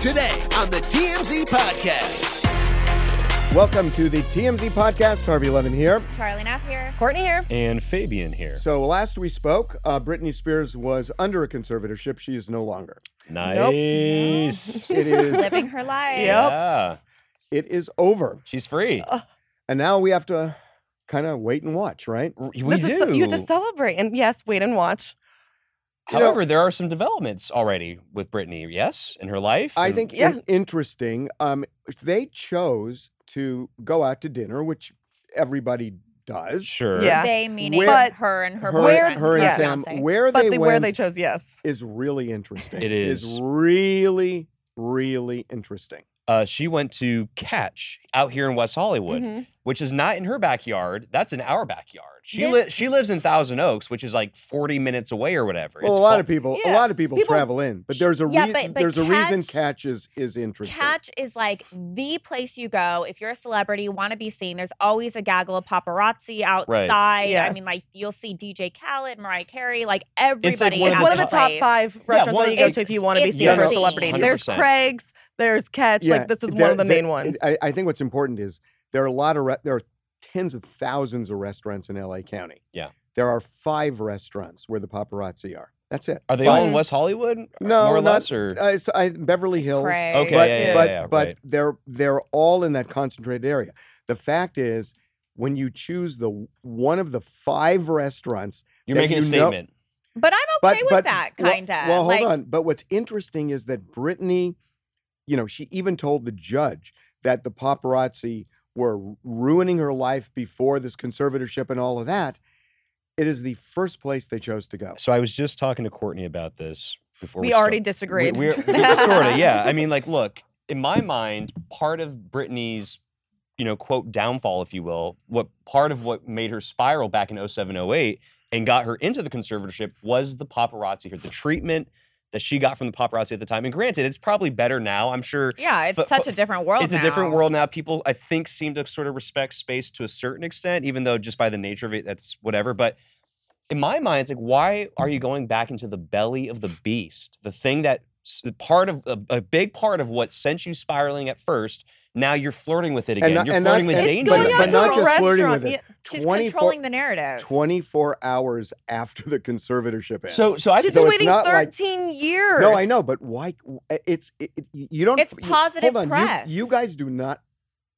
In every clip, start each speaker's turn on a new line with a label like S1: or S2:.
S1: today on the TMZ Podcast.
S2: Welcome to the TMZ podcast. Harvey Levin here.
S3: Charlie Knapp here.
S4: Courtney here.
S5: and Fabian here.
S2: So last we spoke, uh, Britney Spears was under a conservatorship. She is no longer.
S5: nice.
S2: It is.
S3: Living her life.
S5: Yeah.
S2: it is over,
S5: She's free.
S2: and now we have to kind of wait and watch, right?
S5: R- we
S4: this
S5: do.
S4: is so- you have to celebrate and yes, wait and watch.
S5: However, there are some developments already with Brittany, yes, in her life.
S2: I
S5: and-
S2: think
S4: Yeah.
S2: in- interesting. Um, they chose to go out to dinner, which everybody does.
S5: sure.
S4: Yeah.
S3: They meaning
S2: Where-
S3: her and her
S2: her,
S3: boyfriend.
S2: her and
S4: yeah.
S2: Sam,
S3: fiance.
S2: where
S4: But
S2: they
S4: the,
S2: went
S4: where they chose yes.
S2: is really interesting.
S5: It
S2: is
S5: is.
S2: really, really interesting.
S5: Uh, she went to Catch out here in West Hollywood,
S4: Mhm.
S5: which is not in her backyard. That's in our backyard. She
S4: This-
S5: li- she lives in Thousand Oaks, which is like 40 minutes away or whatever.
S2: Well,
S5: It's
S2: a lot
S5: fu-
S2: of people, a
S4: Yeah.
S2: lot of people,
S4: People-
S2: travel in, but there's a
S3: Yeah,
S2: reason.
S3: but- but
S2: there's a reason
S3: catch-
S2: catch is is interesting.
S3: Catch is like the place you go if you're a celebrity, want to be seen. There's always a gaggle of paparazzi outside. I
S4: Yes.
S3: mean, like you'll see DJ Khaled, Mariah Carey, like everybody.
S5: one
S4: It's
S5: of
S3: at
S5: the
S4: one of the
S5: top-
S4: top
S3: place.
S4: five restaurants
S5: one
S4: that
S5: of
S4: you go
S5: the-
S4: to if you want to be
S3: it's
S4: seen for a
S5: Yes.
S4: celebrity.
S5: 100%.
S4: There's Craig's, there's Catch. Like this is
S2: there-
S4: one of the
S2: there-
S4: main ones.
S2: I, I think what's important is there are a lot of re- there are tens of thousands of restaurants in L.A. County.
S5: Yeah.
S2: there are five restaurants where the paparazzi are. That's it.
S5: Are they
S2: Five.
S5: all in West Hollywood? or-
S2: No,
S5: more or
S2: not-
S5: less, or
S2: Uh, it's, I, Beverly Hills.
S3: Craig.
S5: Okay,
S2: But
S5: yeah, yeah,
S2: but
S5: yeah,
S2: but
S5: right.
S2: they're they're all in that concentrated area. The fact is, when you choose the one of the five restaurants,
S5: you're
S2: that
S5: making a
S2: you know-
S5: statement.
S3: But I'm
S2: but
S3: okay with
S2: but
S3: that,
S2: well-
S3: kind of.
S2: Well, hold on. But what's interesting is that Brittany, you know, she even told the judge that the paparazzi were ruining her life before this conservatorship and all of that. It is the first place they chose to go.
S5: So I was just talking to Courtney about this before we,
S4: we already
S5: start-
S4: disagreed.
S5: We, we're sort of, yeah. I mean, like, look, in my mind, part of Brittany's, you know, quote downfall, if you will, what part of what made her spiral back in 07, 08 and got her into the conservatorship was the paparazzi here, the treatment that she got from the paparazzi at the time. And granted, it's probably better now. I'm sure
S3: Yeah, it's
S5: F-
S3: such
S5: f-
S3: a different world.
S5: it's a different
S3: now.
S5: world now. People, I think, seem to sort of respect space to a certain extent, even though just by the nature of it, that's whatever. But in my mind, it's like, why are you going back into the belly of the beast? The thing that s- the part of a, a big part of what sent you spiraling at first. Now you're flirting with it again.
S2: not-
S5: you're
S2: and not-
S5: flirting with
S2: and-
S5: danger.
S2: but-
S4: Going
S2: but
S4: out
S2: not
S4: to a
S2: just flirting
S4: restaurant,
S2: with it.
S4: yeah.
S3: She's
S2: 24
S3: controlling the narrative.
S2: 24 hours after the conservatorship ends.
S5: so, so I,
S4: She's
S2: So
S4: been
S2: it's
S4: waiting
S2: not like-
S4: 13 years.
S2: no, I know, but why? It's it, it- you don't.
S3: It's
S2: you-
S3: positive
S2: hold on, you-
S3: press.
S2: You, guys do not.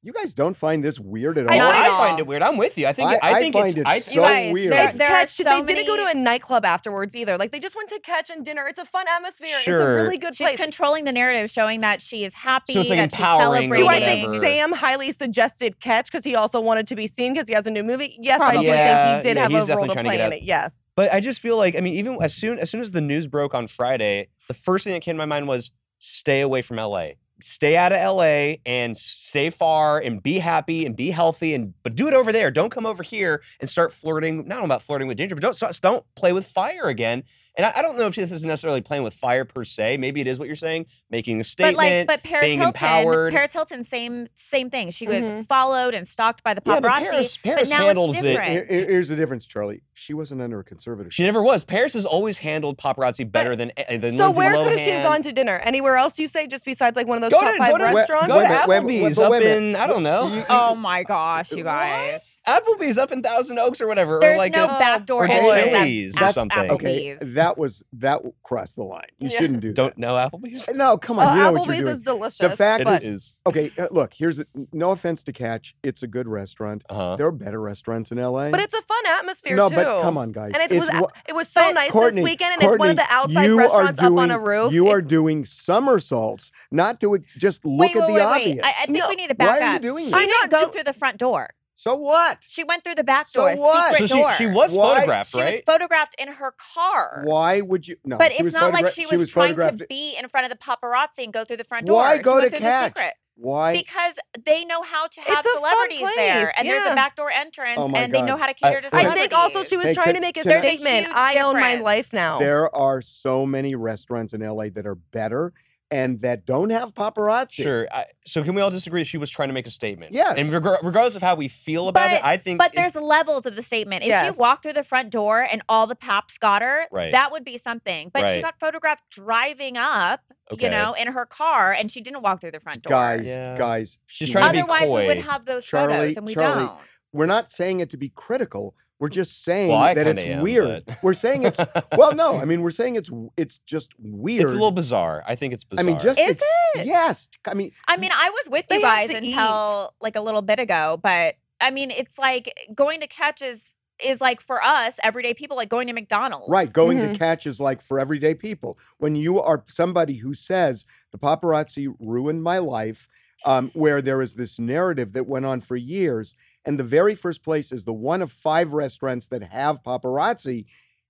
S2: You guys don't find this weird at all.
S5: I,
S3: not
S5: I
S3: at
S5: find
S3: all.
S5: it weird. I'm with you. I think.
S2: I-
S5: I,
S2: I
S5: think
S2: find
S5: it's.
S2: it
S5: I,
S2: so
S3: You guys,
S2: weird.
S3: There,
S4: It's
S3: there are
S4: catch.
S3: so
S4: they
S3: many-
S4: didn't go to a nightclub afterwards either. Like they just went to catch and dinner. It's a fun atmosphere. It's a
S5: Sure.
S4: really good
S3: She's
S4: place.
S3: controlling the narrative, showing that she is happy,
S5: So it's, like,
S3: that she's
S5: empowering or
S3: celebrating.
S4: Do I think
S5: whatever.
S4: Sam highly suggested catch because he also wanted to be seen because he has a new movie? Yes, I
S3: Probably.
S4: do
S5: Yeah,
S4: think he did
S5: yeah,
S4: have
S5: he's
S4: a role
S5: definitely
S4: to
S5: trying to
S4: play
S5: get
S4: in
S5: out-
S4: it. Yes.
S5: But I just feel like I mean, even as soon as soon as the news broke on Friday, the first thing that came to my mind was stay away from LA. Stay out of LA and stay far and be happy and be healthy and but do it over there. Don't come over here and start flirting. Not about flirting with danger, but don't so- don't play with fire again. And I, I don't know if this is necessarily playing with fire per se. Maybe it is what you're saying, making a
S3: But
S5: statement.
S3: like, but Paris
S5: being
S3: Hilton,
S5: empowered.
S3: Paris Hilton, same same thing. She was
S2: Mm-hmm.
S4: Mhm.
S3: followed and stalked by the
S5: Yeah,
S3: paparazzi.
S5: but Paris- Paris
S3: now
S5: handles
S3: it's
S5: it.
S2: Here-
S3: different.
S2: here- here's the difference, Charlie. She wasn't under a conservatorship.
S5: she never was. Paris has always handled paparazzi better than eh, than
S4: So
S5: Lindsay
S4: where
S5: Lohan.
S4: could she have gone to dinner? Anywhere else you say? Just besides like one of those
S5: Go
S4: top
S5: to-
S4: five
S5: go to-
S4: restaurants?
S5: Go to
S2: Wait a minute, wait a minute,
S5: Applebee's
S2: but
S5: up
S2: wait a minute.
S5: in I don't know.
S2: You-
S3: Oh my gosh, you guys!
S5: Applebee's up in Thousand Oaks or whatever.
S3: There's
S5: or like
S3: no
S5: a,
S3: backdoor
S5: or
S3: entrance at-
S5: Chili's
S3: at
S5: or something.
S2: okay,
S3: Applebee's.
S2: that was that w- crossed the line. You
S4: Yeah.
S2: shouldn't do
S5: don't know Applebee's.
S2: that. No, come
S4: Oh,
S2: on, you know what you're
S4: Applebee's
S2: doing.
S4: is delicious.
S2: The fact
S5: It
S2: but-
S5: is.
S2: okay, uh, look. Here's the, no offense to Catch. It's a good restaurant.
S5: Uh-huh.
S2: There are better restaurants in L.A.
S4: but it's a fun atmosphere
S2: no,
S4: too.
S2: but come on, guys.
S4: And it
S2: it's
S4: was
S2: wa-
S4: it was so
S3: But-
S4: nice
S2: Courtney,
S4: this weekend, and
S2: Courtney,
S4: it's one of the outside
S2: you
S4: restaurants
S2: are doing,
S4: up on a roof.
S2: You are
S4: It's-
S2: doing somersaults, not to e, just look
S3: wait,
S2: at
S3: wait,
S2: the
S3: wait,
S2: obvious.
S3: wait! I, I think
S4: No.
S3: we need to
S2: Why
S3: back
S2: are you
S3: up.
S2: doing
S3: she
S2: this?
S4: I know,
S3: didn't go
S4: don't-
S3: through the front door.
S2: so what?
S3: She went through the back
S2: So
S3: door,
S2: what?
S5: So
S3: secret
S5: she,
S3: door.
S5: she was
S2: Why-
S5: photographed,
S3: She was
S5: right?
S3: photographed in her car.
S2: Why would you? No,
S3: But
S2: she
S3: it's
S2: was
S3: not like
S2: photogra-
S3: she was, trying
S2: photographed.
S3: to be in front of the paparazzi and go through the front door.
S2: Why
S3: She
S2: go
S3: went
S2: to
S3: through the
S2: Catch?
S3: secret.
S2: Why?
S3: because they know how to
S4: It's
S3: have
S4: a fun
S3: celebrities there,
S4: place,
S3: and there's
S4: yeah.
S3: a backdoor entrance,
S2: Oh my
S3: and they know
S2: God.
S3: how to
S5: I-
S3: cater to
S4: I
S3: celebrities.
S4: think also she was
S2: Hey,
S4: trying
S2: can-
S4: to make a
S2: can I- There's a
S4: statement.
S3: huge
S4: I own my
S3: difference.
S4: life now.
S2: There are so many restaurants in LA that are better and that don't have paparazzi.
S5: Sure. I, so can we all disagree? She was trying to make a statement.
S2: Yes.
S5: And regar- regardless of how we feel about it,
S3: But-
S5: I think.
S3: But
S5: Um, it-
S3: there's levels of the statement. If
S4: Yes.
S3: she walked through the front door and all the paps got her,
S5: Right.
S3: that would be something. But
S5: Right.
S3: she got photographed driving up,
S5: Okay.
S3: you know, in her car, and she didn't walk through the front door.
S2: Guys,
S5: Yeah.
S2: guys,
S5: She's
S2: she-
S5: trying to be
S3: Otherwise, we would
S5: coy.
S3: have those
S2: Charlie-
S3: photos, and we
S2: Charlie,
S3: don't.
S2: we're not saying it to be critical. We're just saying
S5: Well, I
S2: that
S5: kinda
S2: it's
S5: am,
S2: weird.
S5: but-
S2: We're saying it's well, no, I mean we're saying it's it's just weird.
S5: It's a little bizarre. I think it's
S2: I
S5: bizarre.
S2: mean, just
S3: Is
S2: ex-
S3: it?
S2: yes. I mean,
S3: I mean, I was with
S4: They
S3: you
S4: have
S3: guys
S4: to eat.
S3: until like a little bit ago, but I mean, it's like going to catch is is like for us everyday people like going to McDonald's.
S2: right. Going to
S5: Mm-hmm.
S4: Mhm.
S2: catch is like for everyday people. When you are somebody who says the paparazzi ruined my life, um, where there is this narrative that went on for years, and the very first place is the one of five restaurants that have paparazzi.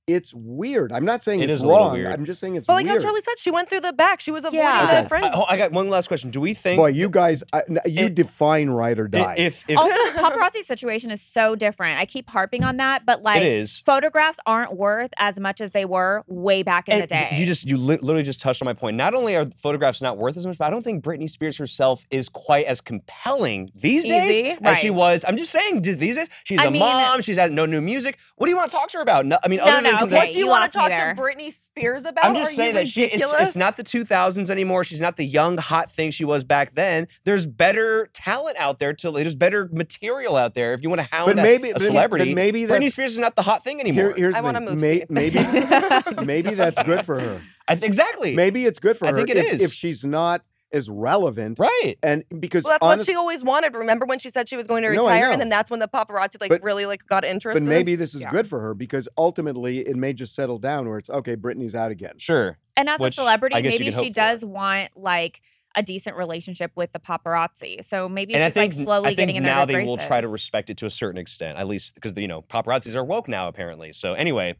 S2: It's weird. I'm not saying
S5: It
S2: it's
S5: is a little
S2: wrong.
S5: weird.
S2: I'm just saying it's
S4: But like how
S2: weird.
S4: Charlie said, she went through the back. She was avoiding
S3: Yeah.
S5: Okay.
S4: that friend.
S5: I, oh, I got one last question. Do we think
S2: Boy, you guys, I, n- you
S5: It-
S2: define ride or die.
S5: i- if if
S3: Also, the paparazzi situation is so different. I keep harping on that, but like
S5: it is
S3: photographs aren't worth as much as they were way back in the
S5: And th-
S3: day.
S5: You just you li- literally just touched on my point. Not only are photographs not worth as much, but I don't think Britney Spears herself is quite as compelling these
S4: Easy,
S5: days as she
S3: right.
S5: was. I'm just saying d- these days she's
S3: I
S5: a
S3: mean-
S5: mom. She's had no new music. What do you want to talk to her about? No, I mean,
S3: No,
S5: other
S3: no,
S5: than
S3: okay,
S4: what do you,
S3: you
S4: want
S3: lost
S4: to
S3: me
S4: talk
S3: there.
S4: to Britney Spears about?
S5: I'm just
S4: Are
S5: saying
S4: you
S5: that she it's,
S4: ridiculous?
S5: it's not the 2000s anymore. She's not the young hot thing she was back then. There's better talent out there. To there's better material out there if you want to hound
S2: But
S5: a-
S2: maybe-
S5: a
S2: but- but
S5: celebrity.
S2: maybe
S5: Britney
S2: that's-
S5: Spears is not the hot thing anymore.
S2: Here- here's
S4: I
S2: the
S4: wanna
S2: thing.
S4: move
S2: May-
S4: states.
S2: maybe, maybe that's good for her.
S5: I th- exactly.
S2: Maybe it's good for
S5: I
S2: her
S5: think it
S2: if,
S5: is.
S2: if she's not as relevant.
S5: Right.
S2: And because
S4: Well, that's
S2: honest-
S4: what she always wanted. Remember when she said she was going to
S2: No, I
S4: retire,
S2: know.
S4: and then that's when the paparazzi like
S2: But-
S4: really like got interested.
S2: but maybe this is
S3: Yeah.
S2: good for her because ultimately it may just settle down where it's okay. Britney's out again.
S5: Sure.
S3: and as a
S5: which
S3: celebrity,
S5: I guess you
S3: maybe
S5: could hope
S3: she
S5: for.
S3: does want like a decent relationship with the paparazzi. So maybe
S5: and I
S3: she's
S5: think
S3: like slowly
S5: I think
S3: getting in
S5: now
S3: their good
S5: they will try to
S3: graces.
S5: respect it to a certain extent, at least because you know paparazzis are woke now apparently. So anyway,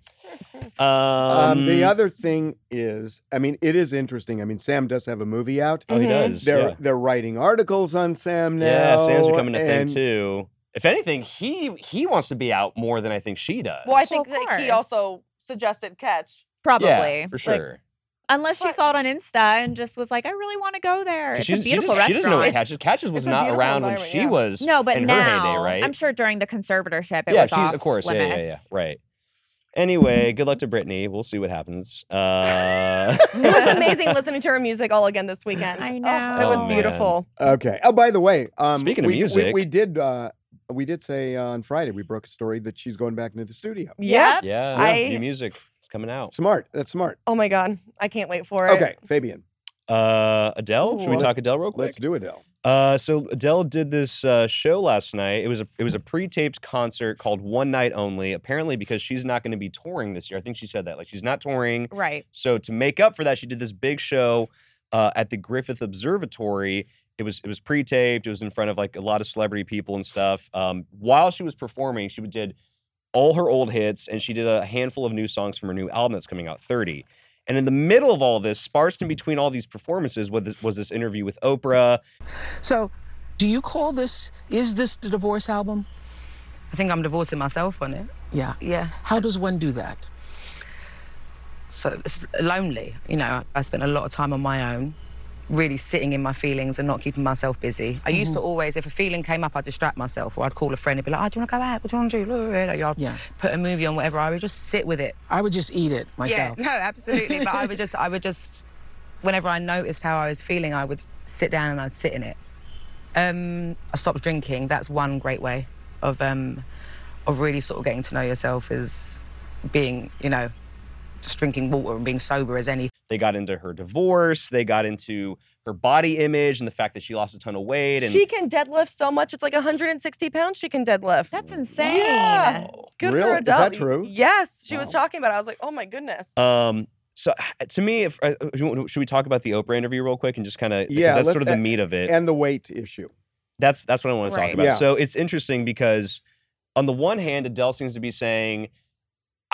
S5: um,
S2: Um, the other thing is, I mean, it is interesting. I mean, Sam does have a movie out.
S5: oh he
S4: Mhm.
S5: does
S2: They're
S5: yeah.
S2: they're writing articles on Sam now.
S5: yeah Sam's becoming a thing
S2: and-
S5: too. If anything, he he wants to be out more than I think she does.
S4: Well, I
S3: Well,
S4: think
S3: of
S4: that he
S3: course.
S4: also suggested catch.
S3: Probably.
S5: yeah, for
S4: Like,
S5: sure.
S3: Unless she
S4: But-
S3: saw it on Insta and just was like, I really want to go there. It's
S5: She
S3: a
S5: doesn't-
S3: beautiful
S5: she does, She doesn't know what
S3: restaurant.
S5: Catches. Catches was
S4: It's a
S5: not
S4: beautiful
S5: around when
S4: environment,
S5: she
S4: yeah.
S5: was
S3: no, but
S5: in
S3: now
S5: her heyday, right?
S3: I'm sure during the conservatorship, it
S5: yeah,
S3: was
S5: she's
S3: off
S5: of course. Yeah,
S3: limits.
S5: yeah, yeah, right. Anyway, good luck to Brittany. We'll see what happens. Uh,
S4: It was amazing listening to her music all again this weekend.
S3: I
S4: Oh, it
S3: know.
S4: was
S5: Oh, man.
S4: beautiful.
S2: Okay. Oh, by the way, um,
S5: Speaking of
S2: we, we-
S5: music-
S2: we, did uh, we did say on Friday we broke a story that she's going back into the studio.
S4: Yeah.
S3: Yep.
S5: yeah,
S4: I-
S5: new music. It's coming out.
S2: Smart. That's smart.
S4: Oh my god, I can't wait for it.
S2: Okay, Fabian,
S5: Uh, Adele. Should we
S2: Ooh.
S5: talk Adele real quick?
S2: let's do it, Al.
S5: Uh, so Adele did this uh, show last night. It was a it was a pre-taped concert called One Night Only. Apparently, because she's not going to be touring this year. I think she said that. Like she's not touring.
S3: Right.
S5: So to make up for that, she did this big show uh, at the Griffith Observatory. It was it was pre-taped. It was in front of like a lot of celebrity people and stuff. Um, while she was performing, she did all her old hits and she did a handful of new songs from her new album that's coming out, Thirty. And in the middle of all this, sparsed in between all these performances, was this, was this interview with Oprah.
S6: So, do you call this, is this the divorce album?
S7: I think I'm divorcing myself on it.
S6: Yeah.
S7: Yeah.
S6: How does one do that?
S7: So it's lonely. You know, I spent a lot of time on my own, really sitting in my feelings and not keeping myself busy. I
S6: Mm-hmm.
S7: used to always, if a feeling came up, I'd distract myself or I'd call a friend and be like, oh, do you want to go out? What do you want to do? Like, I'd
S6: Yeah.
S7: put a movie on, whatever. I would just sit with it.
S6: I would just eat it myself.
S7: Yeah, no, absolutely. but I would just, I would just, whenever I noticed how I was feeling, I would sit down and I'd sit in it. Um, I stopped drinking. That's one great way of um, of really sort of getting to know yourself is being, you know, just drinking water and being sober as anything.
S5: They got into her divorce. They got into her body image and the fact that she lost a ton of weight. And
S4: She can deadlift so much. It's like 160 pounds she can deadlift.
S3: That's insane.
S4: Yeah. Good
S2: Really?
S4: for
S2: Is
S4: Adele.
S2: that true?
S4: Yes. She was
S2: Wow.
S4: talking about it. I was like, oh my goodness.
S5: um, so to me, if, uh, should we talk about the Oprah interview real quick and just kind of
S2: Yeah,
S5: that's
S2: let's-
S5: sort of the
S2: uh,
S5: meat of it.
S2: And the weight issue.
S5: That's that's what I want to
S3: Right.
S5: talk about.
S2: Yeah.
S5: So it's interesting because on the one hand, Adele seems to be saying,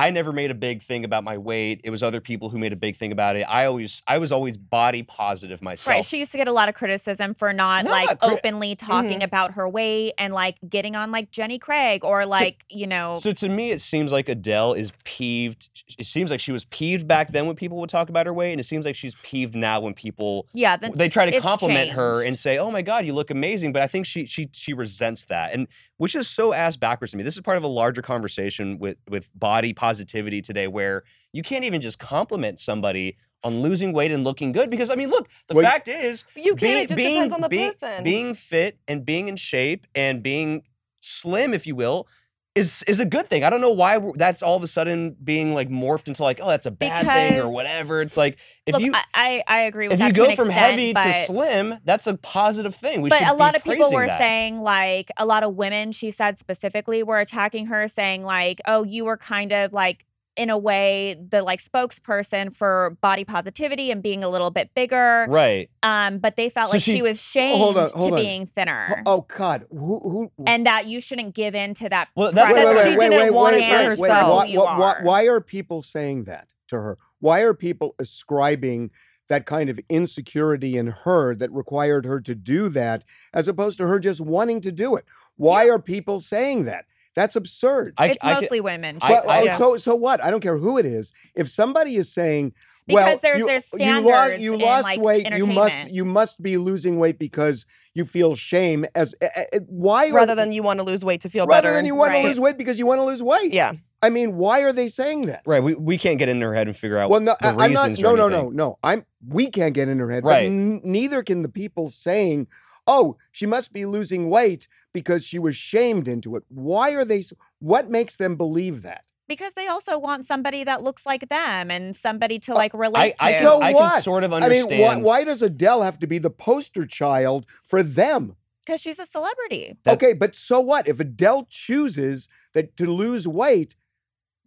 S5: I never made a big thing about my weight. It was other people who made a big thing about it. I always I was always body positive myself.
S3: Right. She used to get a lot of criticism for not
S5: No,
S3: like
S5: not mm-hmm. criti-
S3: openly talking about her weight and like getting on like Jenny Craig or like, you know,
S5: So to me, it seems like Adele is peeved. It seems like she was peeved back then when people would talk about her weight, and it seems like she's peeved now when people
S3: yeah, then
S5: they try to
S3: it's
S5: compliment her
S3: changed.
S5: and say, "Oh my God, you look amazing." But I think she she she resents that, and which is so ass backwards to me. This is part of a larger conversation with with body positivity today, where you can't even just compliment somebody on losing weight and looking good because I mean, look, the
S2: Well,
S5: fact is
S4: You can't. it just depends on the
S5: being-
S4: person.
S5: Being fit and being in shape and being slim, if you will, is is a good thing. I don't know why we're- that's all of a sudden being like morphed into like, oh, that's a bad thing or
S3: Because-
S5: whatever. It's like if
S3: Look,
S5: you
S3: I, I I agree with
S5: if
S3: that
S5: you
S3: to an
S5: go from
S3: extent,
S5: heavy to
S3: but-
S5: slim, that's a positive thing. We
S3: but
S5: should
S3: a
S5: be
S3: lot of people
S5: praising
S3: were
S5: that.
S3: saying like a lot of women she said specifically were attacking her saying like oh you were kind of like in a way the like spokesperson for body positivity and being a little bit bigger
S5: right.
S3: um but they felt
S5: So
S3: like
S5: she- Oh,
S3: she, was shamed
S2: hold on, hold
S3: to
S2: on.
S3: being thinner
S2: Oh God, who who?
S3: and that you shouldn't give in to that
S5: Well, that's-
S3: pressure.
S4: Wait, wait, She wait, didn't wait, want it for
S3: Stand for
S4: herself.
S2: Why,
S3: who you
S2: why- why-
S3: are.
S2: why are people saying that to her? Why are people ascribing that kind of insecurity in her that required her to do that, as opposed to her just wanting to do it? Why are people saying that? That's absurd.
S5: I,
S3: it's
S5: I can-
S3: mostly women
S5: I-
S2: Well,
S5: I-
S2: oh, so so what? I don't care who it is. If somebody is saying,
S3: Because
S2: "Well,
S3: there's-
S2: you,
S3: there's
S2: you lost,
S3: standards
S2: you
S3: in,
S2: lost
S3: like,
S2: weight, you must
S3: entertainment.
S2: you must be losing weight because you feel shame." As eh, eh, eh, why
S4: rather
S2: are,
S4: than you want to lose weight to feel
S2: rather
S4: better.
S2: than you want
S3: Right.
S2: to lose weight because you want to lose weight.
S4: yeah.
S2: I mean, why are they saying that?
S5: right. We, we can't get in her head and figure out
S2: Well, no,
S5: the
S2: I, am not.
S5: reasons.
S2: No,
S5: or
S2: no,
S5: anything.
S2: no, no. I'm. We can't get in her head.
S5: Right.
S2: But n- neither can the people saying, "Oh, she must be losing weight because she was shamed into it." Why are they? s- What makes them believe that?
S3: because they also want somebody that looks like them and somebody to like
S5: I,
S3: relate
S5: I,
S3: to
S5: can,
S2: So
S5: I can
S2: what?
S5: sort of
S2: I mean,
S5: understand.
S2: why, why does Adele have to be the poster child for them?
S3: because she's a celebrity
S5: That-
S2: okay, but so what? If Adele chooses that to lose weight,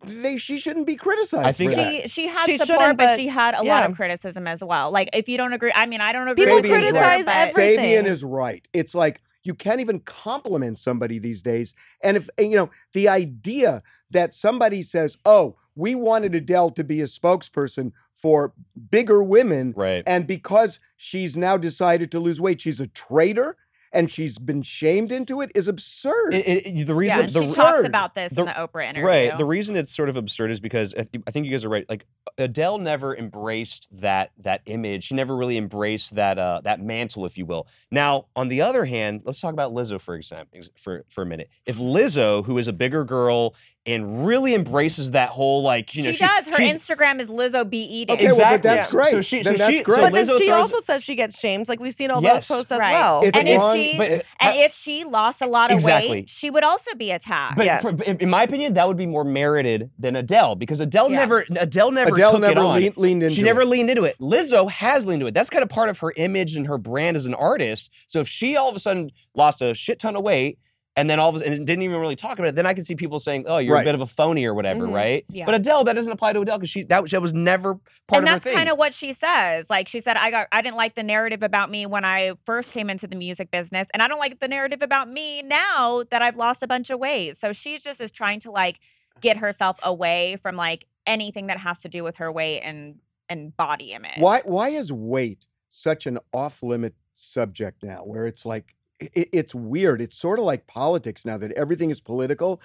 S2: they she shouldn't be criticized.
S5: think-
S2: for that.
S3: she she had
S4: She
S3: support,
S4: shouldn't,
S3: but
S4: but-
S3: she had a lot
S4: yeah.
S3: of criticism as well. Like if you don't agree, I mean, I don't agree.
S4: People
S3: with her,
S2: Fabian's
S4: criticize
S3: but-
S4: every- everything.
S2: Fabian is right. It's like you can't even compliment somebody these days. And if and, you know the idea that somebody says, "Oh, we wanted Adele to be a spokesperson for bigger women,"
S5: Right.
S2: and because she's now decided to lose weight, she's a traitor and she's been shamed into it is absurd.
S5: It- it- it- the
S3: Yeah,
S5: reason
S3: and
S5: the
S3: she talks
S2: absurd.
S3: about this
S5: the-
S3: in the Oprah interview.
S5: Right. The reason it's sort of absurd is because I th- I think you guys are right. Like Adele never embraced that that image. She never really embraced that uh, that mantle, if you will. Now, on the other hand, let's talk about Lizzo for example for for a minute. If Lizzo, who is a bigger girl and really embraces that whole like you know
S3: she, does. Her
S5: she-
S3: Instagram is Lizzo E be eating.
S2: Okay, well, but
S5: exactly.
S2: that's
S5: Yeah.
S2: great.
S5: So she-
S2: Then
S5: so
S2: that's
S5: she-
S2: great.
S5: so
S4: but
S5: Lizzo
S4: then she
S5: throws-
S4: also says she gets shamed. Like we've seen all
S5: Yes.
S4: those posts
S3: Right.
S4: as well.
S2: It's
S3: and if
S2: wrong-
S3: she
S5: but-
S3: and if she lost a lot of
S5: Exactly.
S3: weight, she would also be attacked.
S5: But
S4: Yes.
S5: for- in in my opinion, that would be more merited than Adele because Adele
S3: Yeah.
S5: never Adele never
S2: Adele
S5: took it
S2: never
S5: on.
S2: lean- leaned into
S5: She never
S2: it.
S5: leaned into it. Lizzo has leaned into it. That's kind of part of her image and her brand as an artist. So if she all of a sudden lost a shit ton of weight and then all of a sudden didn't even really talk about it, then I can see people saying, "Oh, you're
S2: Right.
S5: a bit of a phony or whatever,"
S4: Mhm.
S5: right?
S3: Mm-hmm. Yeah.
S5: But Adele, that doesn't apply to Adele because she that, that was never part
S3: and
S5: of her
S3: that's
S5: thing.
S3: kind of what she says. Like she said, I got I didn't like the narrative about me when I first came into the music business, and I don't like the narrative about me now that I've lost a bunch of weight. So she just is trying to like get herself away from like anything that has to do with her weight and and body image.
S2: Why why is weight such an off limit subject now where it's like it, it's weird. It's sort of like politics now that everything is political.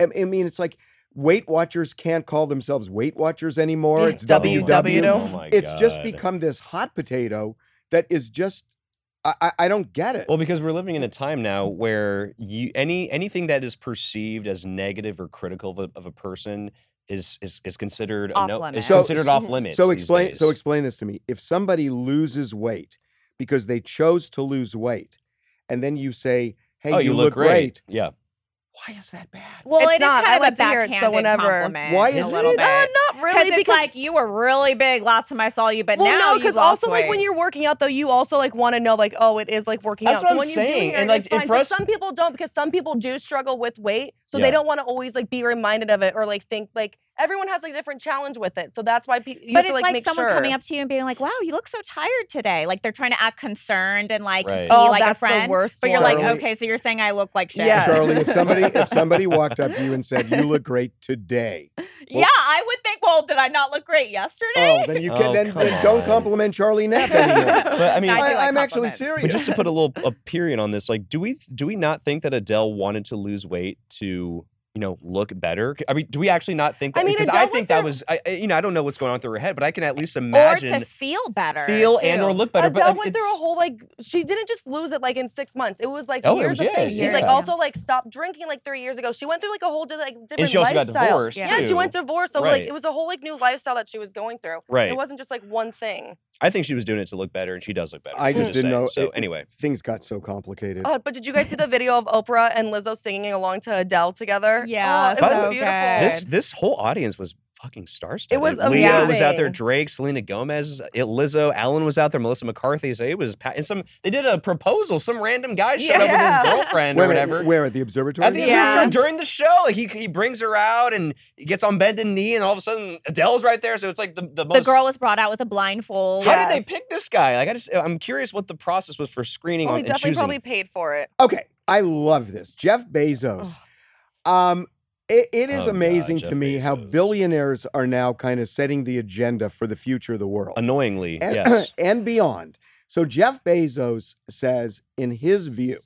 S2: I, I mean it's like Weight Watchers can't call themselves Weight Watchers anymore. It's
S4: DW.
S2: WW.
S4: Oh
S5: my
S2: It's just
S5: God.
S2: become this hot potato that is just I, I, I don't get it.
S5: Well, because we're living in a time now where you any anything that is perceived as negative or critical of a, of a person is is, is considered a
S3: Off
S5: no,
S3: limits.
S5: is
S2: So-
S5: considered off limits.
S2: so
S5: these
S2: explain
S5: days.
S2: so explain this to me. If somebody loses weight because they chose to lose weight, and then you say, "Hey,
S5: oh, you, look, great. Yeah.
S2: Why is that bad?
S3: Well,
S4: It's
S3: it is
S4: not.
S3: kind
S4: I
S3: of
S4: like
S3: a
S4: to hear it, so
S3: backhanded
S4: whenever-
S3: compliment.
S2: Why
S3: a
S2: is
S3: little
S2: it?
S3: bit.
S4: Uh, not
S3: because
S4: really
S3: it's
S4: because
S3: like you were really big last time I saw you, but
S4: well,
S3: now
S4: no,
S3: because
S4: because also like when you're working out though, you also like want to know like, oh, it is like working
S5: That's
S4: out.
S5: what
S4: so
S5: I'm
S4: when you do
S5: saying,
S4: hear
S5: and,
S4: it,
S5: like,
S4: it's
S5: and
S4: fine,
S5: for
S4: but
S5: us-
S4: some people don't because some people do struggle with weight, so
S5: Yeah.
S4: they don't want to always like be reminded of it or like think like everyone has like a different challenge with it. So that's why people.
S3: but it's like, someone coming up to you and being like, "Wow, you look so tired today." Like they're trying to act concerned and like
S5: Right.
S3: be
S4: Oh,
S3: like
S4: that's
S3: a
S4: the
S3: friend.
S4: worst
S3: but you're
S2: one.
S3: like, okay, so you're saying I look like shit.
S4: Yeah.
S2: Charlie, if somebody if somebody walked up to you and said, "You look great today,"
S3: Yeah, I would think. Well, did I not look great
S2: oh,
S3: yesterday?
S2: then you can
S5: Oh,
S2: then,
S5: come
S2: then don't
S5: on.
S2: compliment Charlie Neff anymore.
S5: But I mean,
S3: I do
S2: I,
S3: like
S2: I'm actually
S3: compliments.
S2: serious.
S5: but just to put a little a period on this, like, do we do we not think that Adele wanted to lose weight to you know look better? I mean, do we actually not think that?
S4: I mean,
S5: because
S4: Adele
S5: I
S4: went
S5: think that
S4: through-
S5: was I, I- you know I don't know what's going on through her head, but I can at least
S3: or
S5: Oh, imagine
S3: to feel better,
S5: feel
S3: too.
S5: and or look better.
S4: Adele
S5: but I mean,
S4: went
S5: it's-
S4: through a whole like she didn't just lose it like in six months. It was like
S5: Oh, it
S4: years
S5: was
S4: of things.
S5: years,
S4: She's like
S5: yeah.
S4: also like stopped drinking like three years ago. She went through like a whole di- like different
S5: and she also got
S4: lifestyle.
S5: divorced.
S3: Yeah.
S4: Yeah,
S5: too.
S4: she went divorced. So
S5: Right.
S4: like it was a whole like new lifestyle that she was going through.
S5: Right.
S4: It wasn't just like one thing.
S5: I think she was doing it to look better, and she does look better.
S2: I
S5: I'm
S2: just didn't
S5: saying.
S2: know.
S5: So
S2: it- it-
S5: anyway,
S2: things got so complicated.
S5: Oh,
S4: Uh, but did you guys see the video of Oprah and Lizzo singing along to Adele together?
S3: Yeah,
S4: Oh, it
S5: so
S4: was beautiful.
S3: good.
S5: this this whole audience was fucking star-studded.
S4: It was
S5: Leah was out there,
S4: amazing.
S5: Drake, Selena Gomez, it, Lizzo, Alan was out there, Melissa McCarthy. So it was pa- and some they did a proposal. Some random guy showed up
S4: Yeah.
S5: with his girlfriend
S2: Wait a
S5: or
S2: minute,
S5: whatever.
S2: Where at the observatory?
S5: At the
S3: Yeah.
S5: observatory during the show, like he, he brings her out and he gets on bended knee, and all of a sudden Adele's right there. So it's like the
S3: The
S5: the most.
S3: girl was brought out with a blindfold.
S5: How did they
S4: Yes.
S5: pick this guy? Like I just I'm curious what the process was for screening
S4: Well,
S5: on
S4: he
S5: and
S4: definitely
S5: choosing.
S4: probably paid for it.
S2: Okay, I love this. Jeff Bezos. Um, it, it is
S5: Oh, God,
S2: amazing to
S5: Jeff
S2: me how
S5: Bezos.
S2: billionaires are now kind of setting the agenda for the future of the world
S5: Annoyingly,
S2: and,
S5: yes.
S2: and beyond. So Jeff Bezos says, in his view,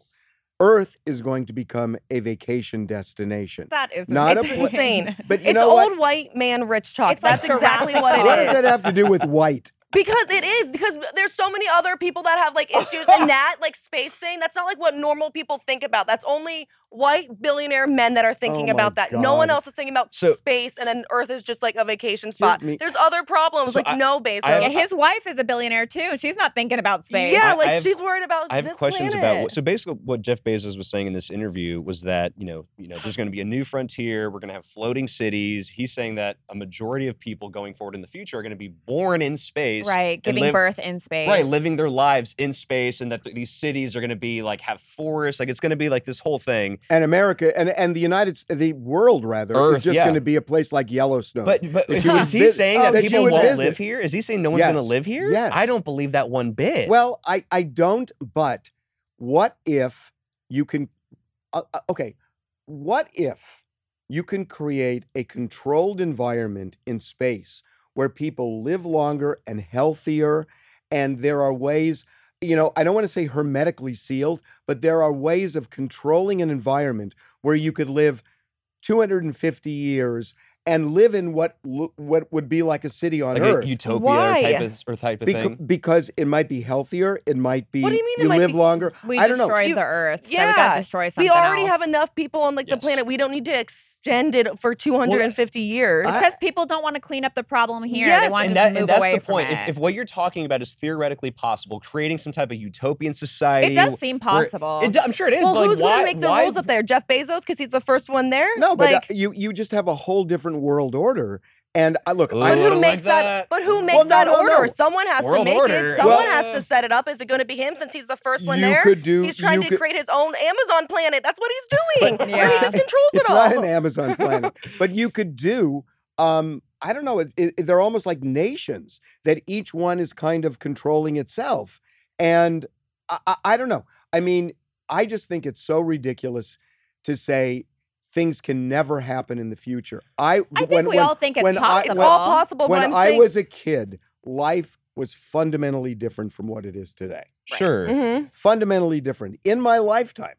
S2: Earth is going to become a vacation destination.
S3: That is
S2: Not a
S4: It's
S2: pla-
S4: insane.
S2: But you
S4: it's
S2: know
S4: old
S2: what?
S4: white man rich talk.
S3: It's like
S4: That's exactly
S3: Jurassic
S4: what it
S2: What
S4: is.
S2: does that have to do with white?
S4: Because it is. Because there's so many other people that have like issues in that like space thing. That's not like what normal people think about. That's only white billionaire men that are thinking
S2: my
S4: about that. No one
S2: God.
S4: else is thinking about
S5: Oh So-
S4: space, and then Earth is just like a vacation spot.
S2: me-
S4: There's other problems.
S5: So
S4: like
S5: I-
S4: no base.
S5: I-
S3: Yeah, his wife is a billionaire too. She's not thinking about space.
S4: yeah,
S5: I-
S4: like
S5: I have-
S4: she's worried about.
S5: I have
S4: this
S5: questions about
S4: planet.
S5: what, so basically what Jeff Bezos was saying in this interview was that you know you know there's going to be a new frontier. We're going to have floating cities. He's saying that a majority of people going forward in the future are going to be born in space,
S3: right.
S5: and
S3: Giving
S5: live-
S3: birth in space.
S5: right, living their lives in space, and that th- these cities are going to be like have forests. Like it's going to be like this whole thing.
S2: And America and, and the United S- the world rather
S5: Earth,
S2: is just
S5: yeah.
S2: going to be a place like Yellowstone.
S5: But but
S2: Uh, That
S5: is,
S2: you would
S5: is he
S2: visit-
S5: saying
S2: oh,
S5: that,
S2: that you
S5: people
S2: would
S5: won't
S2: visit.
S5: live here? Is he saying no one's going to
S2: Yes.
S5: live here?
S2: Yes.
S5: I don't believe that one bit.
S2: Well, I I don't. But what if you can? Uh, uh, okay, what if you can create a controlled environment in space where people live longer and healthier, and there are ways. You know, I don't want to say hermetically sealed, but there are ways of controlling an environment where you could live 250 years and live in what lo- what would be like a city on
S5: like
S2: Earth.
S5: a utopia
S4: Why?
S5: type of or type of
S2: Becau-
S5: thing.
S2: because it might be healthier. It might be.
S4: What do you mean it might
S2: live
S4: be-
S2: longer.
S3: We
S2: I don't know.
S3: destroyed
S4: You-
S3: the earth. So we
S4: Yeah.
S3: gotta destroy something.
S4: We already have
S3: else.
S4: enough people on like
S5: Yes.
S4: the planet. We don't need to extend it for 250 years.
S2: I-
S3: Because people don't want to clean up the problem here. they
S4: Yes,
S3: want to
S5: and,
S3: just
S5: that,
S3: move
S5: and that's
S3: away
S5: the point.
S3: From
S5: If,
S3: it.
S5: if what you're talking about is theoretically possible, creating some type of utopian society,
S3: it does seem
S5: where-
S3: possible.
S5: It do- I'm sure it is.
S4: well,
S5: but like,
S4: who's going
S5: why-
S4: to make the
S5: why-
S4: rules up there? Jeff Bezos, because he's the first one there.
S2: No, but uh,
S4: Like,
S2: you you just have a whole different world order. And I look,
S5: Ooh,
S2: I
S4: But
S5: I
S4: who
S5: don't like
S4: makes that,
S5: that.
S4: But who makes
S2: Well, no,
S4: that
S2: no,
S4: order?
S2: no.
S4: Someone has
S5: World
S4: to make
S5: order.
S4: it. Someone
S2: Well-
S4: has to set it up. Is it going to be him since he's the first one
S2: You
S4: there?
S2: could do-
S4: He's trying
S2: you
S4: to
S2: could-
S4: create his own Amazon planet. That's what he's doing.
S3: But-
S4: Where he
S3: Yeah.
S4: just controls
S2: it's
S4: it all.
S2: not an Amazon planet, but you could do. Um, I don't know. It, it, they're almost like nations that each one is kind of controlling itself. And I, I, I don't know. I mean, I just think it's so ridiculous to say things can never happen in the future. I,
S3: I think
S2: when-
S3: we
S2: when-
S3: all think it's
S2: when I-
S3: possible.
S4: it's
S2: when-
S4: all possible.
S2: when
S4: but I'm
S2: I
S4: saying,
S2: was a kid, life was fundamentally different from what it is today.
S5: Sure.
S3: Mm-hmm.
S4: Mhm.
S2: Fundamentally different in my lifetime.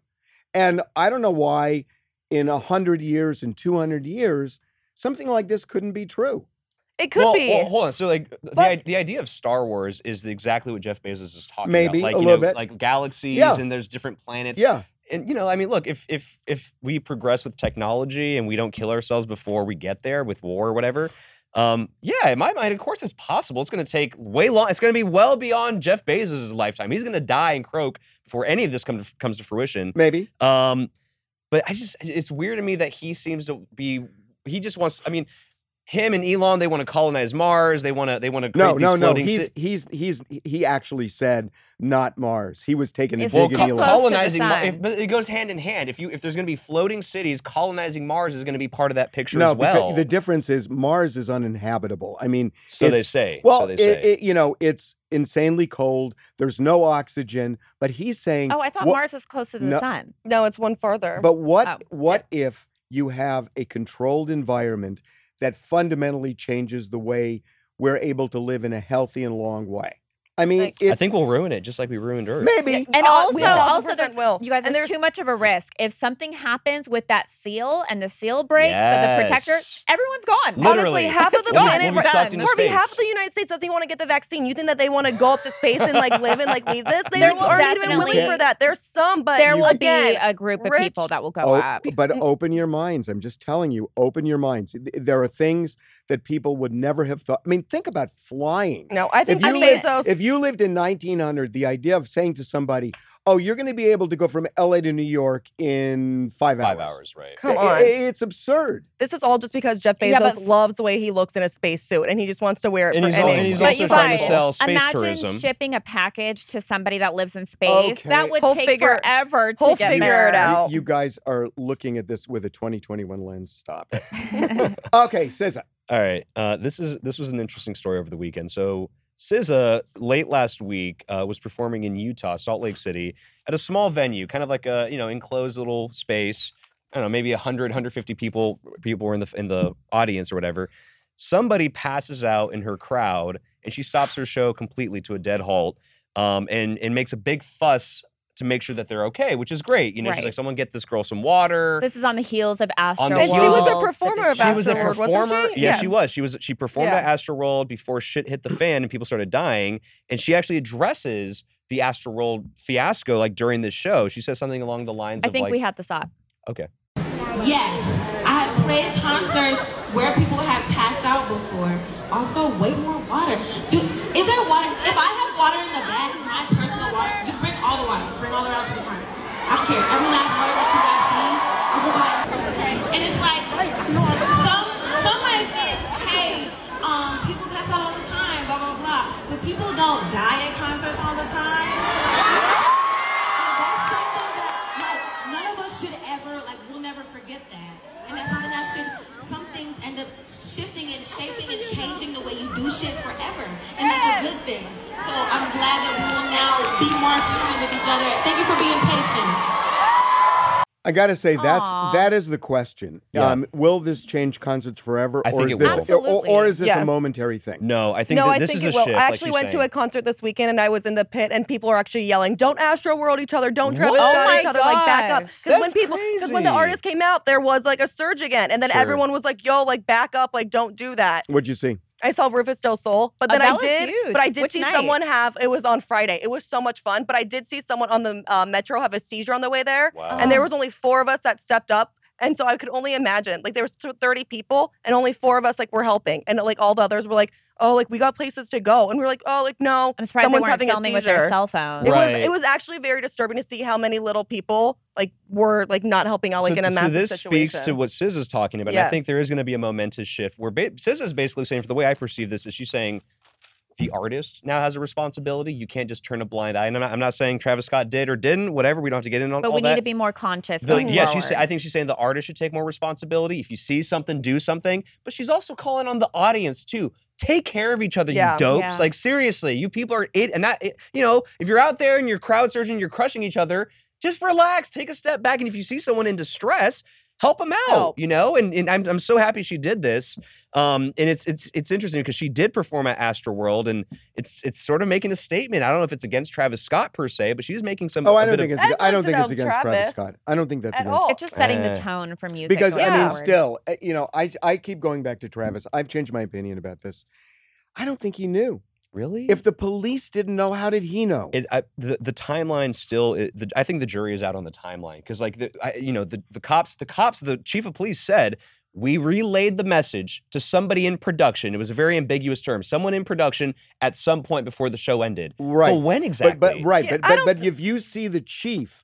S2: And I don't know why in 100 years and 200 years, something like this couldn't be true.
S4: it could
S5: well,
S4: be.
S5: well, hold on. So, like, the,
S4: But-
S5: i- the idea of Star Wars is exactly what Jeff Bezos is talking
S2: Maybe,
S5: about. Like,
S2: a
S5: you
S2: little
S5: know,
S2: bit.
S5: Like galaxies,
S2: Yeah.
S5: and there's different planets.
S2: Yeah.
S5: And you know, I mean, look, if if if we progress with technology and we don't kill ourselves before we get there with war or whatever. Um, yeah, in my mind, of course, it's possible. It's going to take way long. It's going to be well beyond Jeff Bezos' lifetime. He's going to die and croak before any of this come to, comes to fruition.
S2: Maybe.
S5: Um, but I just, it's weird to me that he seems to be, he just wants, I mean, him and Elon, they want to colonize Mars. They want to. They want to.
S2: No,
S5: create
S2: no,
S5: these
S2: no.
S5: floating
S2: He's,
S5: ci-
S2: he's he's he actually said not Mars. He was taking a
S3: Is
S5: well,
S2: dig
S3: He's
S5: co-
S2: in
S3: getting
S2: the
S3: close
S2: Olympics.
S3: to the
S5: colonizing Mars,
S3: sun.
S5: if, but it goes hand in hand. If you if there's going to be floating cities, colonizing Mars is going to be part of that picture
S2: No,
S5: as well.
S2: because the difference is Mars is uninhabitable. I mean,
S5: so they
S2: it's-
S5: say.
S2: Well,
S5: so they
S2: it-
S5: say.
S2: it- you know, it's insanely cold. There's no oxygen. But he's saying,
S3: Oh, I thought
S2: what-
S3: Mars was close to the
S2: No.
S3: sun.
S4: No, it's one further.
S2: But what
S3: Oh,
S2: what if you have a controlled environment that fundamentally changes the way we're able to live in a healthy and long way? I mean,
S4: Like-
S2: it's,
S5: I think we'll ruin it, just like we ruined Earth.
S2: maybe.
S3: And
S4: Uh,
S3: also,
S4: we 100%
S3: also, there's,
S4: will.
S3: you guys,
S4: And
S3: there's too
S4: there's-
S3: much of a risk. If something happens with that seal and the seal breaks and the protector,
S5: Yes.
S3: everyone's gone.
S5: Literally.
S4: Honestly, half of the
S5: We'll be-
S4: planet
S5: we'll be
S4: right-
S5: sucked into
S4: Morby,
S5: space.
S4: half of the United States doesn't even want to get the vaccine. You think that they want to go up to space and like live and like leave this? They
S3: There
S4: like,
S3: will
S4: aren't even
S3: definitely-
S4: willing for that. There's some, but
S3: there will be
S4: again,
S3: a group of
S4: rich-
S3: people that will go
S2: Oh,
S3: up.
S2: but open your minds. I'm just telling you, open your minds. Th- There are things that people would never have thought. I mean, think about flying.
S4: No, I think
S2: If you,
S4: Jeff
S2: lived,
S4: Bezos.
S2: if you lived in 1900, the idea of saying to somebody, "Oh, you're going to be able to go from LA to New York in five,
S5: Five hours, right?
S4: Come
S2: I-
S4: on.
S2: I- it's absurd.
S4: this is all just because Jeff Bezos
S3: Yeah, but-
S4: loves the way he looks in a spacesuit and he just wants to wear it
S5: And
S4: for
S5: he's
S4: any
S5: all- and he's
S4: excuse.
S3: But
S5: also
S3: you
S5: trying to
S3: guys,
S5: sell space
S3: imagine
S5: tourism.
S3: shipping a package to somebody that lives in space.
S2: Okay.
S3: That would
S4: He'll
S3: take
S4: figure-
S3: forever to
S4: he'll
S3: get
S4: figure
S3: there.
S4: it out. Ow.
S2: You guys are looking at this with a 2021 lens. Stop it. okay, SZA.
S5: All right. Uh, this is this was an interesting story over the weekend. So SZA late last week uh, was performing in Utah, Salt Lake City, at a small venue, kind of like a you know enclosed little space. I don't know, maybe 100, 150 people people were in the in the audience or whatever. Somebody passes out in her crowd, and she stops her show completely to a dead halt, um, and and makes a big fuss to make sure that they're okay, which is great. You know, she's
S3: Right.
S5: like, "Someone get this girl some water."
S3: This is on the heels of Astro.
S5: the- And she was a
S4: performer of
S5: she was a
S4: Astroworld, wasn't
S5: performer.
S4: she?
S5: Yeah,
S4: Yes.
S5: she was. She was. She performed
S4: Yeah.
S5: at Astroworld before shit hit the fan and people started dying. And she actually addresses the Astroworld fiasco like during this show. She says something along the lines
S3: I
S5: of
S3: think
S5: like,
S3: we had this up.
S5: "Okay,
S8: Yes, I have played concerts where people have passed out before. Also, way more water. Do, is there water? If I have water in the back, my personal water, just bring all the water. Bring all the water to the front. I don't care. Every last water that you guys see, I will buy. And it's like some some might think, hey, um, people pass out all the time, blah blah blah. But people don't die at concerts all the time. And that's something that, like, none of us should ever, like, we'll never forget that. And that's something that should, some things end up shifting and shaping and changing the way you do shit forever. And that's a good thing. So I'm glad that we will now be more human with each other. Thank you for being patient.
S2: I gotta say that's
S3: Aw.
S2: that is the question.
S5: Yeah.
S2: Um, will this change concerts forever,
S5: I
S2: or
S5: think
S2: is
S5: it
S2: this
S5: will.
S2: or, or is this a
S4: Yes.
S2: momentary thing?
S5: no, I think
S4: no,
S5: that
S4: I
S5: this
S4: think
S5: is
S4: it
S5: a
S4: will.
S5: shift."
S4: I
S5: like
S4: actually
S5: she's
S4: went to
S5: saying.
S4: a concert this weekend and I was in the pit and people are actually yelling, "Don't Astro World each other! Don't Travis
S5: What?
S4: Scott
S3: Oh
S4: each
S3: my
S4: other! Like back up!"
S3: God.
S4: Because when
S5: That's
S4: people, because when the
S5: crazy.
S4: artist came out, there was like a surge again, and then
S5: Sure.
S4: everyone was like, "Yo, like back up! Like don't do that."
S2: What'd you
S5: Mm,
S2: see?
S4: I saw Rufus Del Sol, but
S3: Oh,
S4: then
S3: that
S4: I
S3: was
S4: did.
S3: huge.
S4: But I did
S3: Which
S4: see
S3: night?
S4: someone have. It was on Friday. It was so much fun. But I did see someone on the uh, metro have a seizure on the way there,
S5: Wow.
S4: and there was only four of us that stepped up. And so I could only imagine, like there was th- thirty people, and only four of us like were helping, and like all the others were like, "Oh, like we got places to go," and we were like, "Oh, like no,
S3: I'm surprised
S4: someone's
S3: they weren't
S4: having
S3: filming
S4: a
S3: with
S4: seizure."
S3: their cell phone.
S4: It
S5: Right.
S4: was it was actually very disturbing to see how many little people like were like not helping out like
S5: so,
S4: in a
S5: so
S4: massive
S5: this
S4: situation.
S5: speaks to what SZA's is talking about. And I
S4: Yes.
S5: think there is going to be a momentous shift where ba- SZA's basically saying, for the way I perceive this, is she's saying the artist now has a responsibility. You can't just turn a blind eye. And I'm not, I'm not saying Travis Scott did or didn't, whatever. We don't have to get in on
S3: But
S5: all
S3: we
S5: that.
S3: need to be more conscious
S5: The-
S3: going
S5: yeah,
S3: forward.
S5: she's. I think she's saying the artist should take more responsibility. If you see something, do something. But she's also calling on the audience too. Take care of each other,
S4: Yeah.
S5: you dopes.
S3: Yeah.
S5: Like seriously, you people are it and not. It, you know, if you're out there and you're crowd surging, you're crushing each other. Just relax, take a step back, and if you see someone in distress, help them out.
S4: Help.
S5: You know, and, and I'm I'm so happy she did this. Um, and it's it's it's interesting because she did perform at Astroworld, and it's it's sort of making a statement. I don't know if it's against Travis Scott per se, but she's making some.
S2: Oh,
S5: a
S2: I don't
S5: bit of-
S2: think it's
S4: I don't
S2: I don't
S4: think
S2: think it's
S4: it's
S2: against Travis
S4: Travis
S2: Scott. I don't think that's
S4: at
S2: against
S4: all.
S3: It's just setting
S5: Uh,
S3: the tone for music.
S2: because
S3: going
S2: I mean,
S4: Yeah.
S3: forward.
S2: still, uh, you know, I I keep going back
S5: Mm.
S2: to Travis. I've changed my opinion about this. I don't think he knew.
S5: really
S2: If the police didn't know, how did he know?
S5: it, I, the the timeline still. It, the, I think the jury is out on the timeline because, like, the I, you know, the the cops, the cops, the chief of police said we relayed the message to somebody in production. It was a very ambiguous term. Someone in production at some point before the show ended.
S2: right.
S5: But when exactly?
S2: But, but right,
S4: Yeah,
S2: but
S4: I
S2: but,
S4: don't
S2: but if you see the chief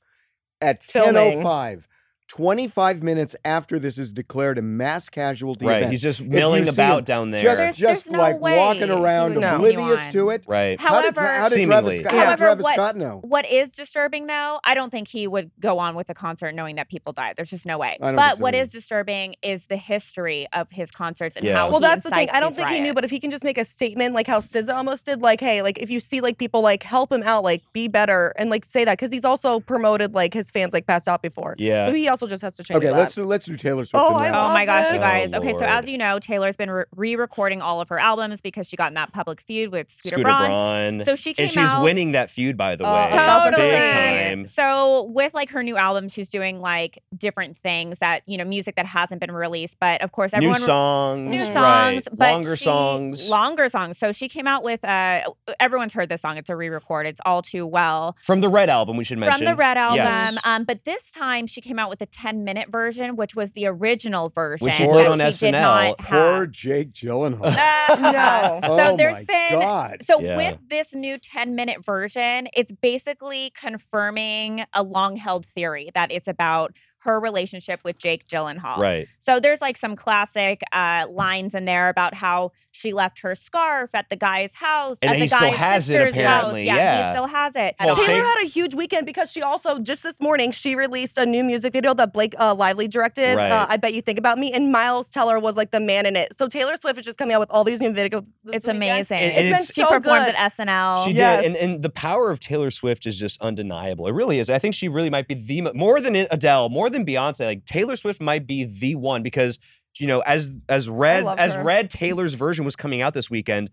S2: at
S4: Filming.
S2: 10:05 25 minutes after this is declared a mass casualty
S5: right.
S2: event.
S5: He's just
S2: If you
S5: milling
S2: see
S5: about
S2: him
S5: down there.
S2: Just,
S3: There's-
S2: just
S3: there's no
S2: like
S3: way
S2: walking
S3: he
S2: around,
S3: would continue
S2: oblivious
S3: on.
S2: to it.
S5: right.
S3: How-
S2: How did,
S3: However-
S2: how did Travis,
S5: Seemingly.
S2: Scott,
S4: Yeah.
S2: how did
S3: However,
S2: Travis
S3: what-
S2: Scott know?
S3: What is disturbing though, I don't think he would go on with a concert knowing that people died. There's just no
S2: I
S3: way.
S2: don't think
S3: But
S2: so
S3: what
S2: either.
S3: is disturbing is the history of his concerts and
S5: Yeah.
S3: how
S5: Well,
S4: Well,
S3: he
S4: that's the thing.
S3: incites
S4: I don't
S3: these
S4: think he knew, but if he
S3: riots.
S4: can just make a statement like how SZA almost did, like, hey, like if you see like people like help him out, like be better, and like say that because he's also promoted like his fans like passed out before.
S5: Yeah.
S4: So he also just has to change.
S2: Okay,
S4: that.
S2: let's do let's do Taylor Swift.
S4: Oh,
S2: in
S4: I
S2: that.
S4: love
S3: Oh my gosh, you
S4: this.
S3: guys.
S5: Oh,
S3: okay, so
S5: Lord.
S3: as you know, Taylor's been re recording all of her albums because she got in that public feud with Scooter,
S5: Scooter
S3: Braun.
S5: Braun.
S3: So she came
S5: and she's
S3: out.
S5: winning that feud, by the
S4: Oh,
S5: way.
S4: a thousand
S3: Totally.
S5: Big
S4: percent.
S5: time.
S3: So with like her new album, she's doing like different things that you know, music that hasn't been released. But of course,
S5: New
S3: everyone
S5: songs.
S3: new songs,
S5: Right.
S3: but
S5: Longer
S3: she-
S5: songs.
S3: longer songs. So she came out with uh, everyone's heard this song. It's a re-record. It's all too well
S5: From the Red album, we should mention.
S3: from the Red album.
S5: Yes.
S3: Um, but this time she came out with a 10 minute version, which was the original version,
S5: Which she
S2: played
S3: that
S2: on
S3: she did
S5: SNL.
S3: not
S2: Poor
S3: have.
S2: Jake Gyllenhaal.
S3: Ah.
S4: No.
S3: So
S2: oh
S3: there's
S2: my
S3: been
S2: God.
S3: so
S5: Yeah.
S3: with this new 10 minute version, it's basically confirming a long held theory that it's about her relationship with Jake Gyllenhaal.
S5: Right.
S3: So there's like some classic uh, lines in there about how she left her scarf at the guy's house,
S5: And
S3: at
S5: he
S3: the
S5: still
S3: guy's
S5: has it,
S3: sister's house.
S5: apparently,
S3: Yeah,
S5: yeah.
S3: he still has it. At
S5: Well,
S3: all.
S4: Taylor
S5: Same-
S4: had a huge weekend because she also just this morning she released a new music video that Blake uh, Lively directed.
S5: Right.
S4: Uh, I bet you think about me, and Miles Teller was like the man in it. So Taylor Swift is just coming out with all these new videos. this
S3: it's
S4: weekend.
S3: amazing.
S5: And- and
S4: it's-
S3: she
S4: so
S3: performed
S4: good.
S3: at SNL.
S5: She
S4: Yes.
S5: did, and and the power of Taylor Swift is just undeniable. It really is. I think she really might be the mo- more than Adele, more than Beyonce. Like Taylor Swift might be the one because you know, as as red
S4: love
S5: as
S4: her.
S5: red Taylor's version was coming out this weekend,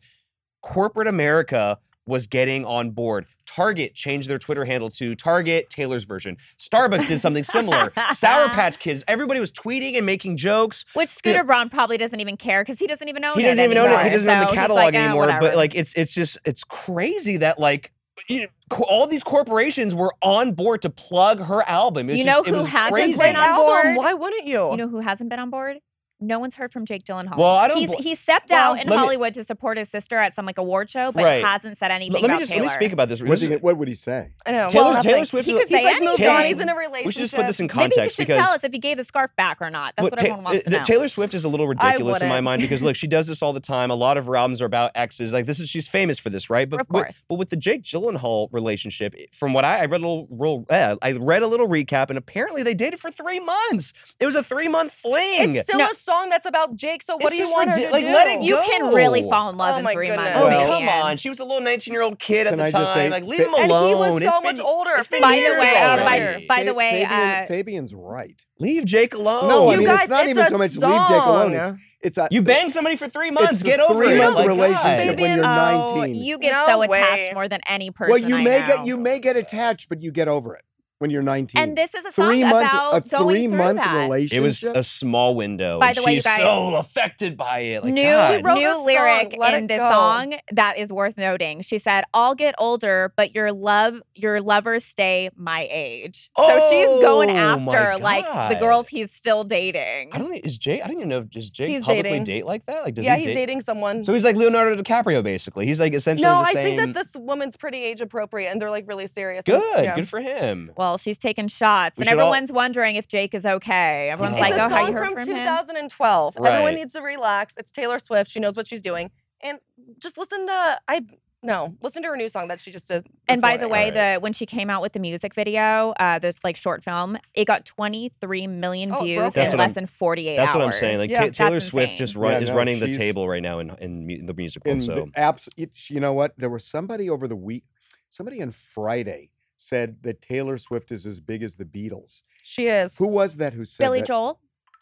S5: corporate America was getting on board. Target changed their Twitter handle to Target Taylor's version. Starbucks did something similar. Sour Patch Kids. Everybody was tweeting and making jokes.
S3: Which Scooter Braun probably doesn't even care because he doesn't even own
S5: he
S3: it.
S5: doesn't even
S3: anymore.
S5: own it. He doesn't own
S3: So
S5: the
S3: he's
S5: catalog
S3: like, "Eh,
S5: anymore.
S3: whatever."
S5: But like, it's it's just it's crazy that like. You know, co- all these corporations were on board to plug her album. It was
S3: You
S5: just-
S3: know
S5: it
S3: who
S5: was
S3: hasn't
S5: crazy.
S3: been on board?
S4: Album, Why wouldn't you?
S3: you know who hasn't been on board? No one's heard from Jake Gyllenhaal.
S5: Well, I don't
S3: He's,
S5: bl-
S3: he stepped
S4: Well,
S3: out in
S5: let me-
S3: Hollywood to support his sister at some like award show, but
S5: Right.
S3: hasn't said anything.
S5: Let me
S3: about
S5: just
S3: Taylor.
S5: let me speak about this.
S2: What,
S5: This
S2: did he-
S5: is-
S2: what would he say?
S4: I know.
S5: Taylor-
S4: nothing.
S5: Taylor Swift
S3: He
S5: is-
S3: could
S4: He's
S3: say
S4: like moved
S3: anything.
S4: on.
S5: Taylor-
S4: He's in a relationship.
S5: we should just put this in
S3: Maybe he
S5: context
S3: should
S5: because
S3: tell us if he gave the scarf back or not. That's
S5: Well,
S3: what
S5: Ta-
S3: everyone wants to
S5: uh,
S3: know.
S5: Taylor Swift is a little ridiculous in my
S4: wouldn't.
S5: mind because look, she does this all the time. A lot of her albums are about exes. Like this is she's famous for this, right? But
S3: Of
S5: with-
S3: course.
S5: but with the Jake Gyllenhaal relationship, eh, from what I, I read a little, real- uh, I read a little recap, and apparently they dated for three months. It was a three month fling.
S4: It's still
S3: No.
S4: a song that's about Jake. So what
S5: It's
S4: do you
S5: just
S4: want
S5: ridi-
S4: her to
S5: like,
S4: do?
S5: let it
S3: you
S5: go.
S3: can really fall in love
S4: Oh
S3: in
S4: my
S3: three
S4: goodness.
S3: months.
S5: Oh,
S2: Well-
S5: come
S3: man.
S5: on. She was a little 19 year old kid at
S2: Can
S5: the
S2: I
S5: time.
S2: just say-
S5: like, leave him
S4: And he
S5: alone.
S4: was
S5: It's
S4: so
S5: been-
S4: much older.
S5: It's been
S3: By the
S5: years
S3: way, uh, by-
S5: already.
S3: by the way,
S2: Fabian,
S3: uh, Oh,
S2: Fabian's right.
S5: leave Jake alone.
S2: No, I
S4: You
S2: mean
S4: guys,
S2: it's not
S4: it's
S2: even
S4: a
S2: so much leave Jake alone.
S4: song.
S2: It's, it's a
S5: you banged somebody for three months.
S2: the
S5: Get over it.
S2: three-month
S5: Like, God.
S2: relationship
S4: Fabian,
S2: when you're
S3: oh,
S2: 19.
S3: you get
S4: No
S3: so
S4: way.
S3: attached more than any person.
S2: well, you
S3: I
S2: may
S3: know.
S2: get you may get attached, but you get over it when you're 19.
S3: And this is a song
S2: three month
S3: about
S2: a
S3: going
S2: three
S3: through
S2: month
S3: that.
S5: It
S2: relationship.
S5: was a small window.
S3: By
S5: and
S3: the way, you
S5: she's
S3: guys-
S5: so affected by it. Like,
S3: new
S5: God.
S4: wrote a
S3: new
S4: song,
S3: lyric
S4: let
S3: in
S4: it
S3: this
S4: go.
S3: song that is worth noting. She said, "I'll get older, but your love, your lovers stay my age." so she's going
S5: Oh, my
S3: after like the
S5: God.
S3: girls he's still dating.
S5: I don't think is Jake. I don't even know if does Jake
S4: He's
S5: publicly
S4: dating.
S5: date like that. Like, does
S4: Yeah,
S5: he
S4: he's
S5: date?
S4: dating someone.
S5: So he's like Leonardo DiCaprio, basically. He's like essentially
S4: No,
S5: the
S4: I
S5: same.
S4: think that this woman's pretty age appropriate, and they're like really serious.
S5: Good,
S4: Yeah.
S5: good for him.
S3: Well, she's taking shots,
S5: We
S3: and
S5: should all-
S3: everyone's wondering if Jake is okay. Everyone's
S5: It's
S3: like,
S4: it's
S5: go,
S3: "Oh,
S4: a
S3: how
S4: song
S3: you heard
S4: from,
S3: from him?"
S4: 2012. Everyone
S5: Right.
S4: needs to relax. It's Taylor Swift. She knows what she's doing, and just listen to I no listen to her new song that she just did. this
S3: And by the
S4: morning.
S3: way, the when she came out with the music video, uh, the like short film, it got 23 million
S4: Oh, it
S3: views
S4: broke
S5: That's it.
S3: in
S5: what I'm-
S3: less than 48
S5: That's
S3: hours.
S5: what I'm saying. Like
S4: Yeah,
S5: Ta- Taylor
S3: that's
S5: Swift
S3: insane.
S5: just run,
S2: Yeah,
S5: is
S2: no,
S5: running the
S2: she's-
S5: table right now in in mu- the musical.
S2: in
S5: so
S2: the abs- it's- you know what? There was somebody over the week, somebody on Friday said that Taylor Swift is as big as the Beatles.
S4: she is.
S2: Who was that who said
S3: Billy
S2: that?
S3: Joel.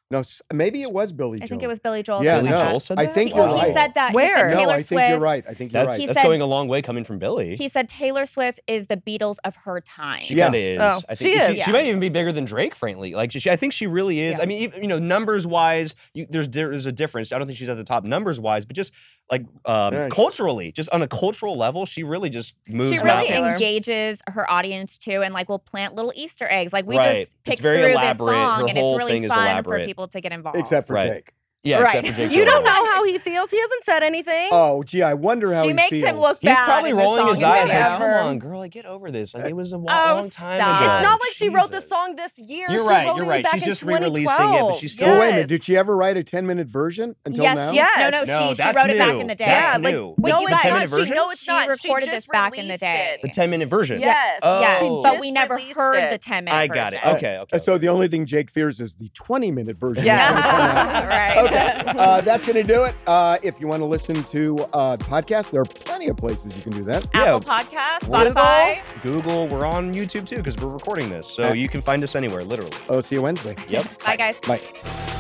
S2: No, s- maybe it was Billy Joel.
S3: I think it was Billy Joel.
S2: Yeah,
S5: Billy
S3: something like
S2: no,
S5: Joel
S3: that.
S5: said
S2: I
S5: that?
S2: think
S3: Well,
S2: you're
S3: he
S2: right.
S3: said that. He
S4: Where?
S3: said
S2: no,
S3: Taylor
S2: I think
S3: Swift.
S2: you're right. I think you're
S5: that's
S2: right.
S3: He
S5: that's
S3: said-
S5: going a long way coming from Billy.
S3: He said Taylor Swift is the Beatles of her time.
S5: She
S2: Yeah.
S5: kind of is.
S4: Oh,
S5: I
S4: she
S5: think
S4: is.
S5: She,
S3: Yeah.
S5: might even be bigger than Drake, frankly. Like she, I think she really is.
S4: Yeah.
S5: I mean, even, you know, numbers wise, you, there's there's a difference. I don't think she's at the top numbers wise, but just like um,
S2: Yeah.
S5: culturally, just on a cultural level, she really just moves.
S3: she really
S4: Mouse.
S5: mountains.
S3: engages her audience too, and like will plant little Easter eggs. Like we
S5: Right. It's
S3: just pick
S5: very
S3: through
S5: elaborate.
S3: this song,
S5: Her
S3: and it's
S5: whole
S3: really
S5: thing is
S3: fun for
S5: elaborate.
S3: people to get involved.
S2: Except for
S5: Right.
S2: Jake.
S5: Yeah,
S3: Right.
S5: except for Jake.
S4: You don't
S5: Gyllenhaal.
S4: know how he feels. He hasn't said anything.
S2: Oh, gee, I wonder how
S3: she
S2: he
S3: makes
S2: feels.
S3: him look
S5: He's
S3: bad
S5: probably
S3: in the
S5: rolling
S3: song.
S5: his eyes like,
S3: Whatever.
S5: come on, girl, like, get over this. Like, it was a wa-
S3: Oh,
S5: long time
S3: stop.
S5: ago.
S4: It's not like she wrote the
S5: Jesus.
S4: song this year.
S5: You're
S4: She
S5: right,
S4: wrote
S5: you're
S4: it
S5: right.
S4: back
S5: She's
S4: in
S5: just re-releasing it, but
S4: 2012.
S5: she's still-
S2: Oh, wait a minute.
S4: Yes.
S2: Did she ever write a 10 minute version until
S3: yes,
S2: now?
S4: yeah.
S3: No, no,
S4: Yes.
S5: No,
S3: she, she
S5: that's
S3: wrote it back
S5: new.
S3: in the day.
S5: That's
S4: Yeah, like,
S5: new.
S4: wait,
S5: No,
S3: you
S5: it's
S3: guys,
S5: not. She-
S3: version?
S4: no, it's
S3: she
S4: not. She
S3: recorded
S4: just
S3: this back in the
S4: released
S3: day.
S4: it.
S5: The 10 minute version.
S4: Yes.
S5: Oh.
S3: Yes, but
S4: She
S3: we
S4: just
S3: never
S4: released
S3: heard the
S4: it.
S3: 10 minute
S5: I got it.
S3: version.
S5: Okay, okay.
S2: Uh, So the only thing Jake fears is the 20 minute version.
S4: Yeah.
S2: that's gonna come out.
S3: right.
S2: okay, uh, that's going to do it. Uh, if you want to listen to uh, the podcast, there are plenty of places you can do that.
S3: Apple Podcast,
S5: Google.
S3: Spotify.
S5: Google, we're on
S4: Uh,
S5: YouTube too because we're recording this. So you can find us anywhere, literally.
S2: Oh, see you Wednesday.
S5: Yep.
S3: Bye, guys.
S2: Bye.